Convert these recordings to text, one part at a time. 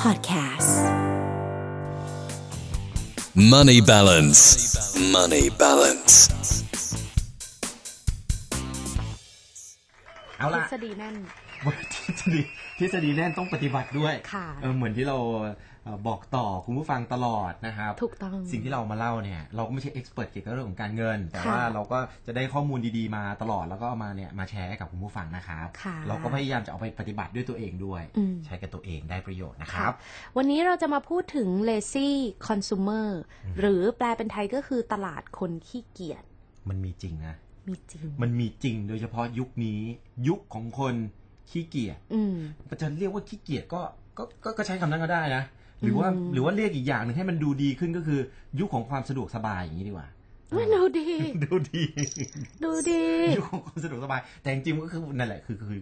Podcasts. Money balance. Money balance. เอา ทฤ ละ ษฎีแน่น วันทฤษฎีทฤษฎีแน่นต้องปฏิบัติด้วย ค่ะ เออเหมือนที่เราเอ่อบอกต่อคุณผู้ฟังตลอดนะครับ ถูกต้อง สิ่งที่เรามาเล่าเนี่ย เราก็ไม่ใช่เอ็กซ์เพรสเกี่ยวกับเรื่องของการเงิน แต่ว่า ค่ะ เราก็จะได้ข้อมูลดีๆมาตลอดแล้วก็เอามาเนี่ยมาแชร์ให้กับคุณผู้ฟังนะครับ ค่ะ เราก็พยายามจะเอาไปปฏิบัติด้วยตัวเองด้วย อืม ใช้กับตัวเองได้ประโยชน์นะครับ วันนี้เราจะมาพูดถึง lazy consumer หรือแปลเป็นไทยก็คือตลาดคนขี้เกียจ มันมีจริงนะ มีจริง มันมีจริงโดยเฉพาะยุคนี้ ยุคของคนขี้เกียจ อืม จะเรียกว่าขี้เกียจก็ก็ก็ก็ใช้คำนั้นก็ได้นะ หรือว่า อืม หรือว่าเรียกอีกอย่างหนึ่งให้มันดูดีขึ้นก็คือ ยุคของความสะดวกสบายอย่างนี้ดีกว่า มันดู ดี ดูดี ดูดี ยุคของความสะดวกสบาย แต่จริงๆมันก็คือนั่นแหละคือคือ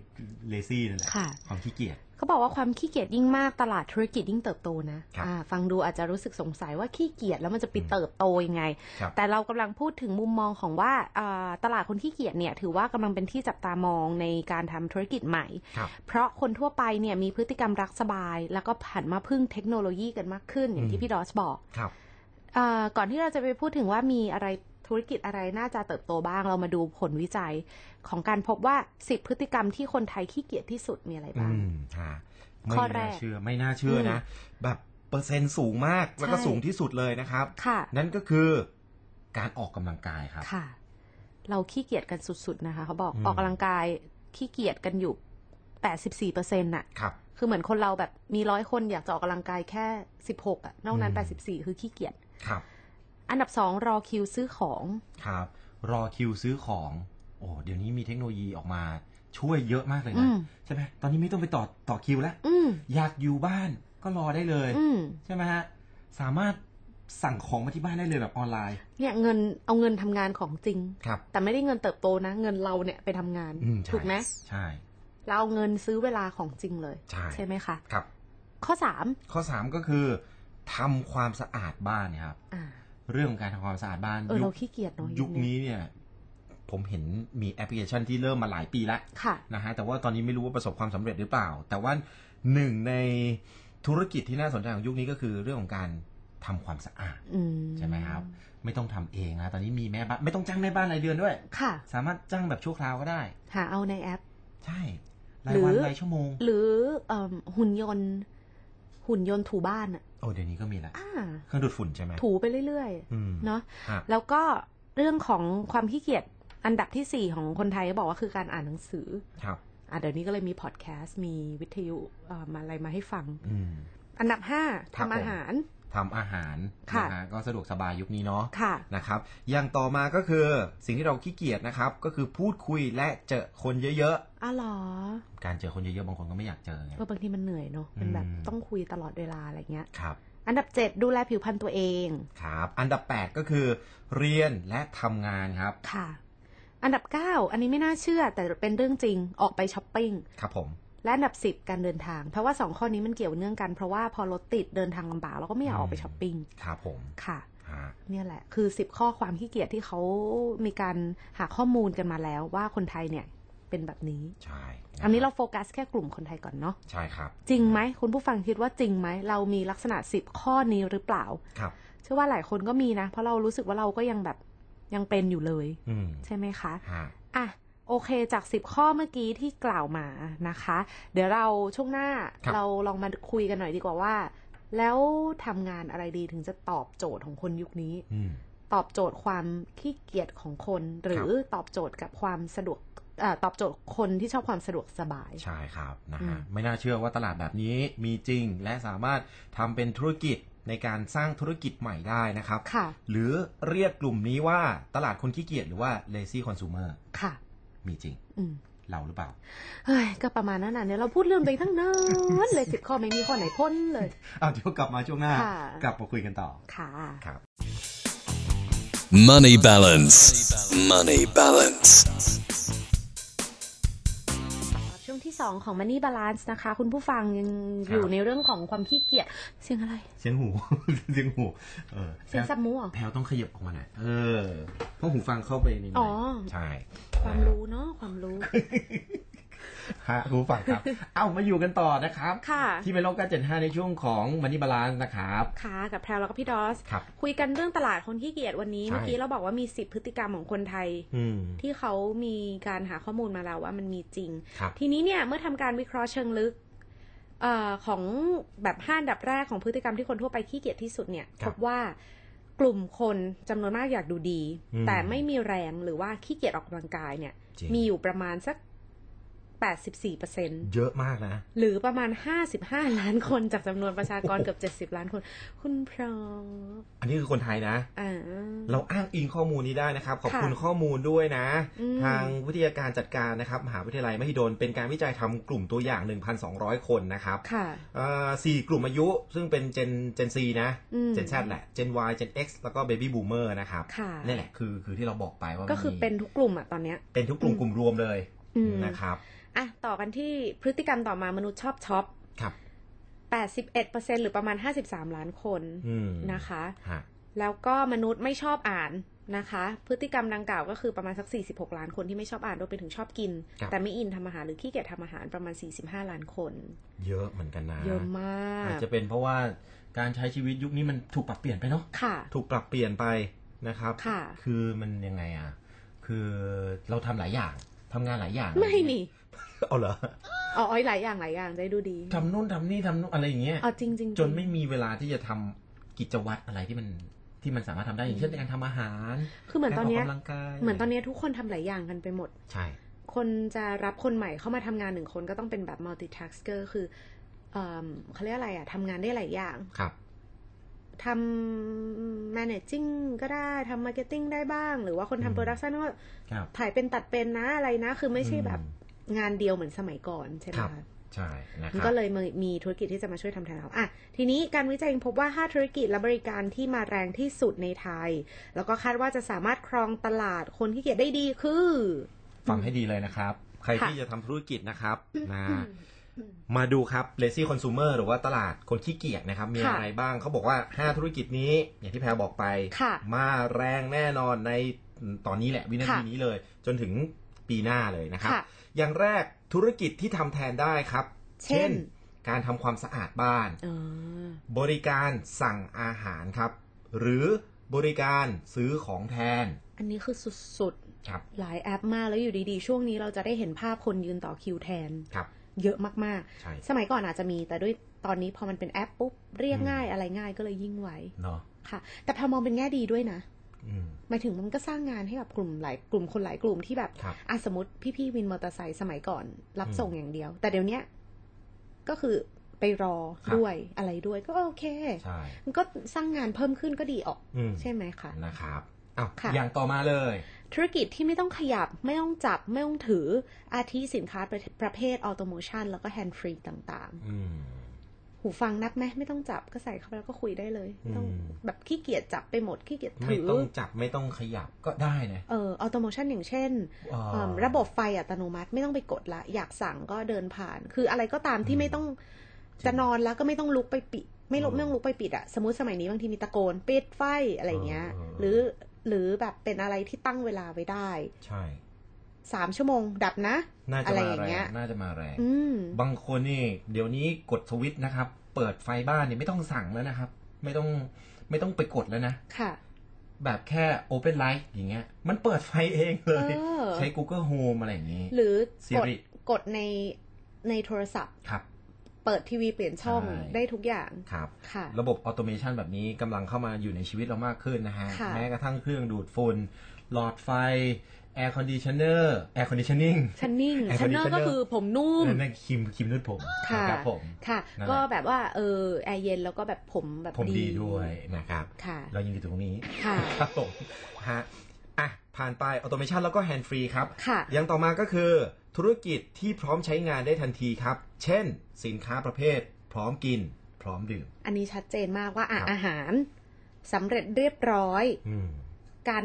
เลซี่นั่นแหละ ค่ะ ความขี้เกียจ เขาบอกว่าความขี้เกียจยิ่งมากตลาดธุรกิจยิ่งเติบโตนะครับ อ่าฟังดูอาจจะรู้สึกสงสัยว่าขี้เกียจแล้วมันจะไปเติบโตยังไง ครับ แต่เรากำลังพูดถึงมุมมองของว่าอ่าตลาดคนขี้เกียจเนี่ยถือว่ากำลังเป็นที่จับตามองในการทำธุรกิจใหม่ ครับ เพราะคนทั่วไปเนี่ยมีพฤติกรรมรักสบาย แล้วก็ผันมาพึ่งเทคโนโลยีกันมากขึ้น อย่าง อื ที่ ม พี่ดอสบอก ครับ เออก่อนที่เราจะไปพูดถึงว่ามีอะไรธุรกิจอะไรน่าจะเติบโตบ้าง เรามาดูผลวิจัย ของการพบว่า 10 พฤติกรรมที่คนไทยขี้เกียจที่สุดมีอะไร อื บ้าง มฮะไม่ ข้อแร น่าก เชื่อไม่น่าเชื่อนะ แบบเปอร์เซ็นต์สูงมากแล้วก็ ใช่ สูงที่สุดเลยนะครับ ค่ะ นั่นก็คือการออกกำลังกายครับ ค่ะ เราขี้เกียจกันสุดๆนะคะเขาบอก อืม ออกกำลังกายขี้เกียจกันอยู่ 84เปอร์เซ็นต์น่ะ ครับ คือเหมือนคนเราแบบมีร้อยคนอยากจะออกกำลังกายแค่ 16อะนอกนั้น อืม 84 คือขี้เกียจ ครับ อันดับสองรอคิวซื้อของ ครับรอคิวซื้อของ โอ้เดี๋ยวนี้มีเทคโนโลยีออกมาช่วยเยอะมากเลย อื นะ ม ใช่ไหมตอนนี้ไม่ต้องไปต่อต่อคิวแล้ว อืม อยากอยู่บ้านก็รอได้เลย อืม ใช่ไหมฮะสามารถสั่งของมาที่บ้านได้เลยแบบออนไลน์ เนี่ยเงินเอาเงินทำงานของจริง ครับ แต่ไม่ได้เงินเติบโตนะ เงินเราเนี่ยไปทำงาน อืมใช่ ถูกไหม ใช่ เราเอาเงินซื้อเวลาของจริงเลย ใช่ ใช่ไหมคะ ครับ ข้อสาม ข้อสามก็คือทำความสะอาดบ้านเนยครับ อ่า เรื่องของการทำความสะอาดบ้าน เออ ยุ เรา ค ขี้เกียจเนาะ ยุคนี้เนี่ย ผมเห็นมีแอปพลิเคชันที่เริ่มมาหลายปีแล้ว ค่ะ นะฮะแต่ว่าตอนนี้ไม่รู้ว่าประสบความสำเร็จหรือเปล่า แต่ว่าหนึ่งในธุรกิจที่น่าสนใจของยุคนี้ก็คือเรื่องของการทำความสะอาด อืม ใช่ไหมครับ ไม่ต้องทำเองนะตอนนี้มีแม่บ้านไม่ต้องจ้างแม่บ้านรายเดือนด้วย ค่ะ สามารถจ้างแบบชั่วคราวก็ได้ หาเอาในแอป ใช่รายวัน หรือ รายชั่วโมง หรือเอิ่มหุ่นยนต์ หุ่นยนต์ถูบ้านอะ โอ้เดี๋ยวนี้ก็มีละ อ่า เครื่องดูดฝุ่นใช่ไหม ถูไปเรื่อย อืม ๆ เนาะ ฮะ แล้วก็เรื่องของความขี้เกียจอันดับที่สี่ของคนไทยก็บอกว่าคือการอ่านหนังสือ ครับ อ่ะเดี๋ยวนี้ก็เลยมีพอดแคสต์ มีวิทยุเอ่อมาอะไรมาให้ฟัง อืม อันดับห้า ครับผม ทำอาหาร ทำอาหาร ค่ะ นฮก็สะดวกสบายยุคนี้เนาะ ค่ะ นะครับ อย่างต่อมาก็คือสิ่งที่เราขี้เกียจนะครับ ก็คือพูดคุยและเจอคนเยอะๆ อ้าวเหรอ การเจอคนเยอะๆ บางคนก็ไม่อยากเจอไง เออบางทีมันเหนื่อยเนาะมันแบบ อืม ต้องคุยตลอดเวลาอะไรเงี้ย ครับ อันดับเจ็ดดูแลผิวพรรณตัวเอง ครับ อันดับ 8 ก็คือเรียนและทำงานครับ ค่ะ อันดับเก้าอันนี้ไม่น่าเชื่อ แต่เป็นเรื่องจริง ออกไปช้อปปิ้ง ครับผม และอันดับสิบการเดินทาง เพราะว่าสองข้อนี้มันเกี่ยวเนื่องกัน เพราะว่าพอรถติดเดินทางลำบากเราก็ไม่อยากออกไปช้อปปิ้ง ครับผม ค่ะ ฮะ เนี่ยแหละ คือสิบข้อความขี้เกียจที่เขามีการหาข้อมูลกันมาแล้วว่าคนไทยเนี่ยเป็นแบบนี้ ใช่ อันนี้เราโฟกัสแค่กลุ่มคนไทยก่อนเนาะ ใช่ครับ จริงไหมคุณผู้ฟังคิดว่าจริงไหม เรามีลักษณะสิบข้อนี้หรือเปล่า ครับ เชื่อว่าหลายคนก็มีนะ เพราะเรารู้สึกว่าเราก็ยังแบบยังเป็นอยู่เลย อืม ใช่ไหมคะ ฮะ อ่ะ โอเคจาก 10 ข้อเมื่อกี้ที่กล่าวมานะคะ เดี๋ยวเราช่วงหน้าเราลองมาคุยกันหน่อยดีกว่าว่า แล้วทำงานอะไรดีถึงจะตอบโจทย์ของคนยุคนี้ อืม ตอบโจทย์ความขี้เกียจของคน หรือตอบโจทย์กับความสะดวกเออตอบโจทย์คนที่ชอบความสะดวกสบาย ใช่ครับนะ อื ฮะ ม ไม่น่าเชื่อว่าตลาดแบบนี้มีจริง และสามารถทำเป็นธุรกิจในการสร้างธุรกิจใหม่ได้นะครับ ค่ะ หรือเรียกกลุ่มนี้ว่าตลาดคนขี้เกียจหรือว่า lazy consumer ค่ะ มีจริง อืม เราหรือเปล่า เฮ้ยก็ประมาณนั้นนะเนี่ยวเราพูดเรื่องตัวเองทั้งนั้นเลยสิบข้อไม่มีข้อไหนพ้นเลย อ้าวเดี๋ยวกลับมาช่วงหน้า ค่ะ กลับมาคุยกันต่อ ค่ะ ครับ Money balance. Money balance. ช่วงที่ 2 ของ Money Balance นะคะ คุณผู้ฟังยัง ครับ อยู่ในเรื่องของความขี้เกียจเสียงอะไร เสียงหู เสียงหูเออ เสียงสับมูเหรอ แพลวต้องขยับออกมาหน่อยเออ เพราะหูฟังเข้าไปในหน่ย อ๋อ ใช่ ความรู้เนาะความรู้ ฮะคุณผู้ฟัง ครับ เอ้ามาอยู่กันต่อนะครับ ค่ะ ที่เป็นโลก975 ในช่วงของมันนี่บาลานซ์นะครับ ค่ะกับแพรวแล้วก็พี่ดอส ครับ คุยกันเรื่องตลาดคนขี้เกียจวันนี้ ใช่ เมื่อกี้เราบอกว่ามีสิบพฤติกรรมของคนไทย อืม ที่เขามีการหาข้อมูลมาแล้วว่ามันมีจริง ครับ ทีนี้เนี่ยเมื่อทำการวิเคราะห์เชิงลึกเออของแบบห้าอันดับแรกของพฤติกรรมที่คนทั่วไปขี้เกียจที่สุดเนี่ย ค พ รับบ ว่ากลุ่มคนจำนวนมากอยากดูดี อืม แต่ไม่มีแรงหรือว่าขี้เกียจออกกำลังกายเนี่ย จริง มีอยู่ประมาณสัก 84เปอร์เซ็น เยอะมากนะ หรือประมาณ 55 ล้านคนจากจำนวนประชาก รเกือบ70 ล้านคน คุณพร้อม อันนี้คือคนไทยนะ อ่า เราอ้างอิงข้อมูลนี้ได้นะครับ ขอบคุณ ค่ะ ข้อมูลด้วยนะ อืม ทางวิทยาการจัดการนะครับ มหาวิทยาลัยมหิดลเป็นการวิจัยทำกลุ่มตัวอย่าง 1,200 คนนะครับ ค่ะ เอ่อสี่กลุ่มอายุซึ่งเป็นเจนเจนซีนะ อืม เจนแซดแหละเจน Y เจน X แล้วก็เบบี้บูมเมอร์นะครับ ค่ะ นี่แหละคือคือที่เราบอกไปว่า ก็คือ มี เป็นทุกกลุ่มอ่ะตอนเนี้ย เป็นทุกกลุ่มกลุ่มรวมเลย อืม นะครับ อ่ะต่อกันที่พฤติกรรมต่อมามนุษย์ชอบช็อป ครับ 81%หรือประมาณ 53 ล้านคน อืม นะคะ ฮะ แล้วก็มนุษย์ไม่ชอบอ่านนะคะ พฤติกรรมดังกล่าวก็คือประมาณสัก 46 ล้านคนที่ไม่ชอบอ่านรวมไปถึงชอบกิน ครับ แต่ไม่อินทำอาหารหรือขี้เกียจทำอาหารประมาณ 45 ล้านคน เยอะเหมือนกันนะ เยอะมาก อาจจะเป็นเพราะว่าการใช้ชีวิตยุคนี้มันถูกปรับเปลี่ยนไปเนาะ ค่ะ ถูกปรับเปลี่ยนไปนะครับ ค่ะ อมันยังไงอ่ะ คือเราทำหลายอย่างทำงานหลายอย่าง ไม่นี่ เอาเหรอ อ๋ออ้อยหลายอย่างหลายอย่างได้ดูดี ทำนู่นทำนี่ทำนู่นอะไรอย่างเงี้ย อ๋อจริงๆจริง จนไม่มีเวลาที่จะทำกิจวัตรอะไรที่มันที่มันสามารถทำได้อย่างเช่นการทำอาหาร คือเหมือนตอนเนี้ย การออกกำลังกาย เหมือนตอนเนี้ยทุกคนทำหลายอย่างกันไปหมด ใช่ คนจะรับคนใหม่เข้ามาทำงานหนึ่งคนก็ต้องเป็นแบบ multitasker คือเอิ่มเขาเรียกอะไรอะทำงานได้หลายอย่าง ครับ ทำ managing ก็ได้ทำ marketing ได้บ้าง หรือว่าคน อืม ทำ production ก็ ครับ ถ่ายเป็นตัดเป็นนะอะไรนะ คือไม่ใช่แบบ อื งานเดียวเหมือนสมัยก่อนใช่ไหม ครับ คะ ใช่นะค มัน รับ ก็เลยมีมีธุรกิจที่จะมาช่วยทำแทนเราอ่ะ ทีนี้การวิจัยยังพบว่า 5 ธุรกิจและบริการที่มาแรงที่สุดในไทย แล้วก็คาดว่าจะสามารถครองตลาดคนขี้เกียจได้ดีคือ ฟังให้ดีเลยนะครับ ใคร ค่ะ ที่จะทำธุรกิจนะครับนะมาดูครับ lazy consumer หรือว่าตลาดคนขี้เกียจนะครับ มีอะไรบ้างเขาบอกว่า 5 ธุรกิจนี้ อย่างที่แพรบอกไป ค่ะ มาแรงแน่นอนในตอนนี้แหละวินาที ค่ะ นี้เลย จนถึงปีหน้าเลยนะครับ ค่ะ อย่างแรกธุรกิจที่ทำแทนได้ครับ เช่น การทำความสะอาดบ้าน อ่า บริการสั่งอาหารครับ หรือบริการซื้อของแทน อันนี้คือสุด ครับ ๆ หลายแอปมากแล้วอยู่ดีๆ ช่วงนี้เราจะได้เห็นภาพคนยืนต่อคิวแทน ครับ เยอะมาก ใช่ ๆ สมัยก่อนอาจจะมีแต่ด้วยตอนนี้พอมันเป็นแอปปุ๊บ เรียก อืม ง่ายอะไรง่ายก็เลยยิ่งไว เนาะ ค่ะ แต่พอมองเป็นแง่ดีด้วยนะ อืม หมายถึงมันก็สร้างงานให้กับกลุ่มหลายกลุ่มคนหลายกลุ่มที่แบบ ครับ อ่ะสมมติพี่ๆวินมอเตอร์ไซค์สมัยก่อน รับ อืม ส่งอย่างเดียว แต่เดี๋ยวเนี้ยก็คือไปรอ ครับ ด้วยอะไรด้วยก็โอเค ใช่ มันก็สร้างงานเพิ่มขึ้นก็ดีออก อืม ใช่ไหมคะ นะครับอ้าว ค่ะ อย่างต่อมาเลย ธุรกิจที่ไม่ต้องขยับไม่ต้องจับ ไม่ต้องถืออาทิสินค้าประประเภทออโตโมชันแล้วก็แฮนด์ฟรีต่าง อืม ๆ หูฟังนับไหมไม่ต้องจับก็ใส่เข้าไปแล้วก็คุยได้เลยไม่ต้อง อืม แบบขี้เกียจจับไปหมดขี้เกียจ ไม่ ถือ ต้องจับไม่ต้องขยับก็ได้นะ เออออโตโมชันอย่างเช่น เอ่อ เอิ่มระบบไฟอัตโนมัติไม่ต้องไปกดละ อยากสั่งก็เดินผ่าน คืออะไรก็ตามที่ไม่ต้องจะนอนแล้วก็ไม่ต้องลุกไปปิด ไม่ลุก อืม ไม่ต้องลุกไปปิดอะสมมติสมัยนี้บางทีมีตะโกนปิดไฟอะไรอย่างเงี้ย เออเออ หรือหรือแบบเป็นอะไรที่ตั้งเวลาไว้ได้ ใช่ สามชั่วโมงดับนะ น่าจะ อะไร มา อย่าง แร เงี้ ง ย น่าจะมาแรง อืม บางคนนี่เดี๋ยวนี้กดสวิตช์นะครับ เปิดไฟบ้านเนี่ยไม่ต้องสั่งแล้วนะครับ ไม่ต้องไม่ต้องไปกดแล้วนะ ค่ะ แบบแค่โอเปนไลท์อย่างเงี้ย มันเปิดไฟเองเลย เออ ใช้ Google Home อะไรอย่างงี้ หรือกด Siri กดในในโทรศัพท์ ครับ เปิดทีวีเปลี่ยนช่อง ใช่ ได้ทุกอย่าง ครับ ค่ะ ระบบออโตเมชันแบบนี้กำลังเข้ามาอยู่ในชีวิตเรามากขึ้นนะฮะ ค่ะ แม้กระทั่งเครื่องดูดฝุ่นหลอดไฟ แอร์คอนดิชเนอร์ แอร์คอนดิชนิ่ง ชันนิ่ง Air ชันเนอร์ conditioner ก็คือผมนุ่ม นั่นคิมคิมนุดผม ค่ะ ครับผม ค่ะ นั่นแหละ ก็แบบว่า เออ แอร์เย็นแล้วก็แบบผมแบบ ผมดีด้วยนะครับ ค่ะ เรายังอยู่ตรงนี้ ค่ะ ครับผมฮะอ่ะ ผ่านไปออโตเมชันแล้วก็แฮนด์ฟรีครับ ค่ะ อย่างต่อมาก็คือ ธุรกิจที่พร้อมใช้งานได้ทันทีครับ เช่น สินค้าประเภท พร้อมกิน พร้อมดื่ม อันนี้ชัดเจนมากว่าอ่ะ ครับ อาหารสำเร็จเรียบร้อย อืม การ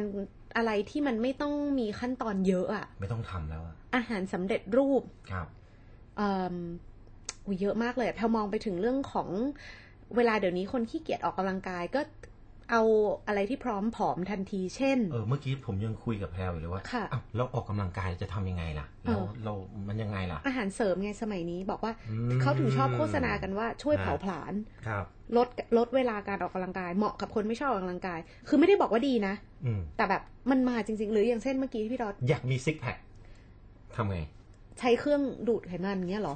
อะไรที่มันไม่ต้องมีขั้นตอนเยอะอะ ไม่ต้องทำแล้วอะ อาหารสำเร็จรูป ครับ เอิ่มอุ๊ยเยอะมากเลยอะแพลมองไปถึงเรื่องของเวลาเดี๋ยวนี้คนขี้เกียจออกกำลังกายก็ เอาอะไรที่พร้อมผอมทันที เช่น เออเมื่อกี้ผมยังคุยกับแพรวอยู่เลยว่า ค่ะ อ้าวเราออกกำลังกายจะทำยังไงล่ะ แล้ว เออ เรา มันยังไงล่ะ อาหารเสริมไงสมัยนี้บอกว่า อืม เขาถึงชอบโฆษณากันว่าช่วย อ่า เผาผลาญ ครับ ลดลดเวลาการออกกำลังกายเหมาะกับคนไม่ชอบออกกำลังกาย คือไม่ได้บอกว่าดีนะ อืม แต่แบบมันมาจริง ๆ หรืออย่างเช่นเมื่อกี้ที่พี่ดอท อยากมีซิกแพคทำไง ใช้เครื่องดูดไขมันอย่างเงี้ ยเหรอ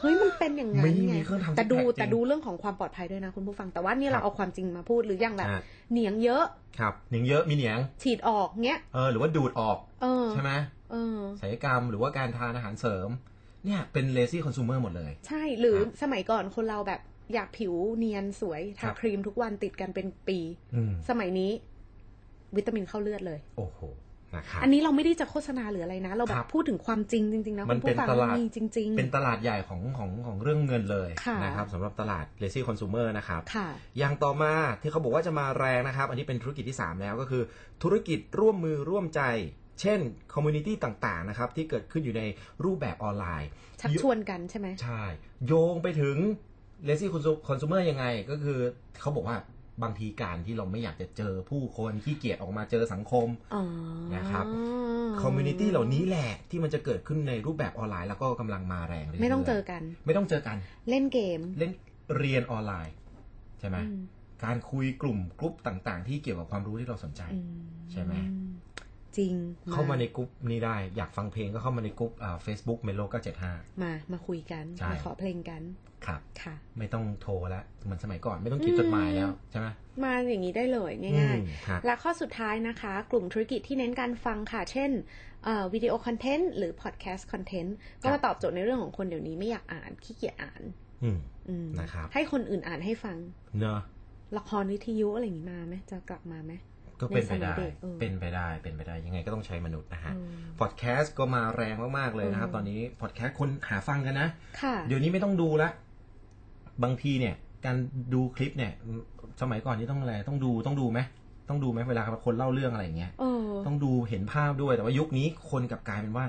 เฮ้ยมันเป็นอย่างนั้น ไม่มี ไง เครื่องทำ แต่ดู จริงๆ แต่ดูเรื่องของความปลอดภัยด้วยนะคุณผู้ฟังแต่ว่าเนี่ย ครั เรา บ เอาความจริงมาพูดหรืออย่างแบบ อ่ะ เหนียงเยอะ ครับหนึ่งเยอะมีเหนียง ฉีดออกเงี้ย เออ หรือว่าดูดออก เออ ใช่ไหม เออ ศัลยกรรมหรือว่าการทานอาหารเสริม เนี่ยเป็นเลซี่คอน sumer หมดเลย ใช่ หรือ ครับ สมัยก่อนคนเราแบบอยากผิวเนียนสวย ครั ทา บ ครีมทุกวันติดกันเป็นปี อืม สมัยนี้วิตามินเข้าเลือดเลย โอ้โห นะครับ อันนี้เราไม่ได้จะโฆษณาหรืออะไรนะ เราแบ ครับ บ พูดถึงความจริงจริงๆนะ มั คุ นเป็ณน ผู้ฟัง ตลาด มีจริง เป็นตลาดใหญ่ของของของเรื่องเงินเลย ค่ะ นะครับสำหรับตลาดเลซี่คอน sumer นะครับ ค่ะ อย่างต่อมาที่เขาบอกว่าจะมาแรงนะครับ อันนี้เป็นธุรกิจที่ 3 แล้วก็คือ ธุรกิจร่วมมือร่วมใจ เช่นคอมมูนิตี้ต่างๆนะครับที่เกิดขึ้นอยู่ในรูปแบบออนไลน์ ชักชวนกันใช่ไหม ใช่ โยงไปถึงเลซี่คอน sumer ยังไงก็คือเขาบอกว่าบางทีการที่เราไม่อยากจะเจอผู้คนขี้เกียจออกมาเจอสังคม อ๋อ นะครับ คอมมูนิตี้เหล่านี้แหละที่มันจะเกิดขึ้นในรูปแบบออนไลน์แล้วก็กำลังมาแรงรื่ยๆ ไม่ต้องเจอกัน ไม่ต้องเจอกัน เล่นเกม เล่นเรียนออนไลน์ใช่ไหม อืม การคุยกลุ่มกรุ๊ปต่างๆ ที่เกี่ยวกับความรู้ที่เราสนใจ อืม ใช่ไหม จริง เข้ามาในกรุ๊ปนี้ได้ อยากฟังเพลงก็เข้ามาในกรุ๊ปเฟซบุ๊กเมโลก็เจ็ดห้า มา มาคุยกัน ใช่ มาขอเพลงกัน ครับ ค่ะ ไม่ต้องโทรแล้วเหมือนสมัยก่อนไม่ต้องเขียนจดหมายแล้วใช่ไหม มาอย่างนี้ได้เลย อื ง่าย ม ๆ ครับ และข้อสุดท้ายนะคะ กลุ่มธุรกิจที่เน้นการฟังค่ะ เช่นวิดีโอคอนเทนต์หรือพอดแคสต์คอนเทนต์คก็รับ มาตอบโจทย์ในเรื่องของคนเดี๋ยวนี้ไม่อยากอ่าน ขี้เกียจอ่าน อืม อืม นะครับ ให้คนอื่นอ่านให้ฟัง เนอะ ละครวิทยุอะไรอย่างนี้มาไหมจะกลับมาไหม ก็เป็นไปได้ ในสมัยเด็กเออ เป็นไปได้เป็นไปได้ยังไงก็ต้องใช้มนุษย์นะฮะ อืม พอดแคสต์ก็มาแรงมากๆเลยนะครับ อืม ตอนนี้พอดแคสต์คนหาฟังกันนะ ค่ะ เดี๋ยวนี้ไม่ต้องดูละ บางทีเนี่ย การดูคลิปเนี่ย สมัยก่อนนี่ต้องอะไรต้องดูต้องดูไหมต้องดูไหมเวลาคนเล่าเรื่องอะไรอย่างเงี้ย เออ ต้องดูเห็นภาพด้วยแต่ว่ายุคนี้คนกลับกลายเป็นว่า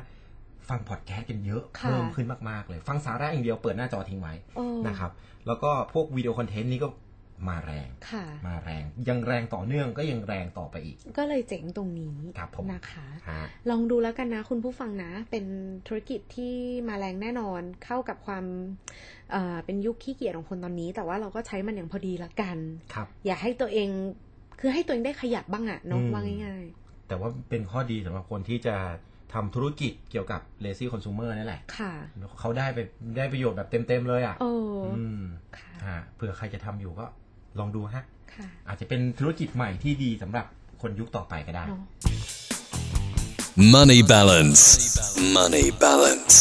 ฟังพอดแคสต์กันเยอะ ค่ะ เพิ่มขึ้นมากๆเลย ฟังสาระอย่างเดียวเปิดหน้าจอทิ้งไว้ เออ นะครับ แล้วก็พวกวิดีโอคอนเทนต์นี่ก็มาแรง ค่ะ มาแรง ยังแรงต่อเนื่องก็ยังแรงต่อไปอีก ก็เลยเจ๋งตรงนี้ ครับผม นะคะ ฮะ ลองดูแล้วกันนะคุณผู้ฟังนะ เป็นธุรกิจที่มาแรงแน่นอนเข้ากับความเอ่อเป็นยุคขี้เกียจของคนตอนนี้ แต่ว่าเราก็ใช้มันอย่างพอดีละกัน ครับ อย่าให้ตัวเองคือให้ตัวเองได้ขยับบ้างอะเนาะ อืม ว่าง่าย แต่ว่าเป็นข้อดีสำหรับคนที่จะทำธุรกิจเกี่ยวกับเลซี่คอน sumer นั่นแหละ ๆ ค่ะ เขาได้ไปได้ประโยชน์แบบเต็มๆเลยอ่ะ โอ้ อืม ค่ะ ฮะเผื่อใครจะทำอยู่ก็ลองดูฮะ ค่ะ อาจจะเป็นธุรกิจใหม่ที่ดีสำหรับคนยุคต่อไปก็ได้ เนาะ Money balance. Money balance.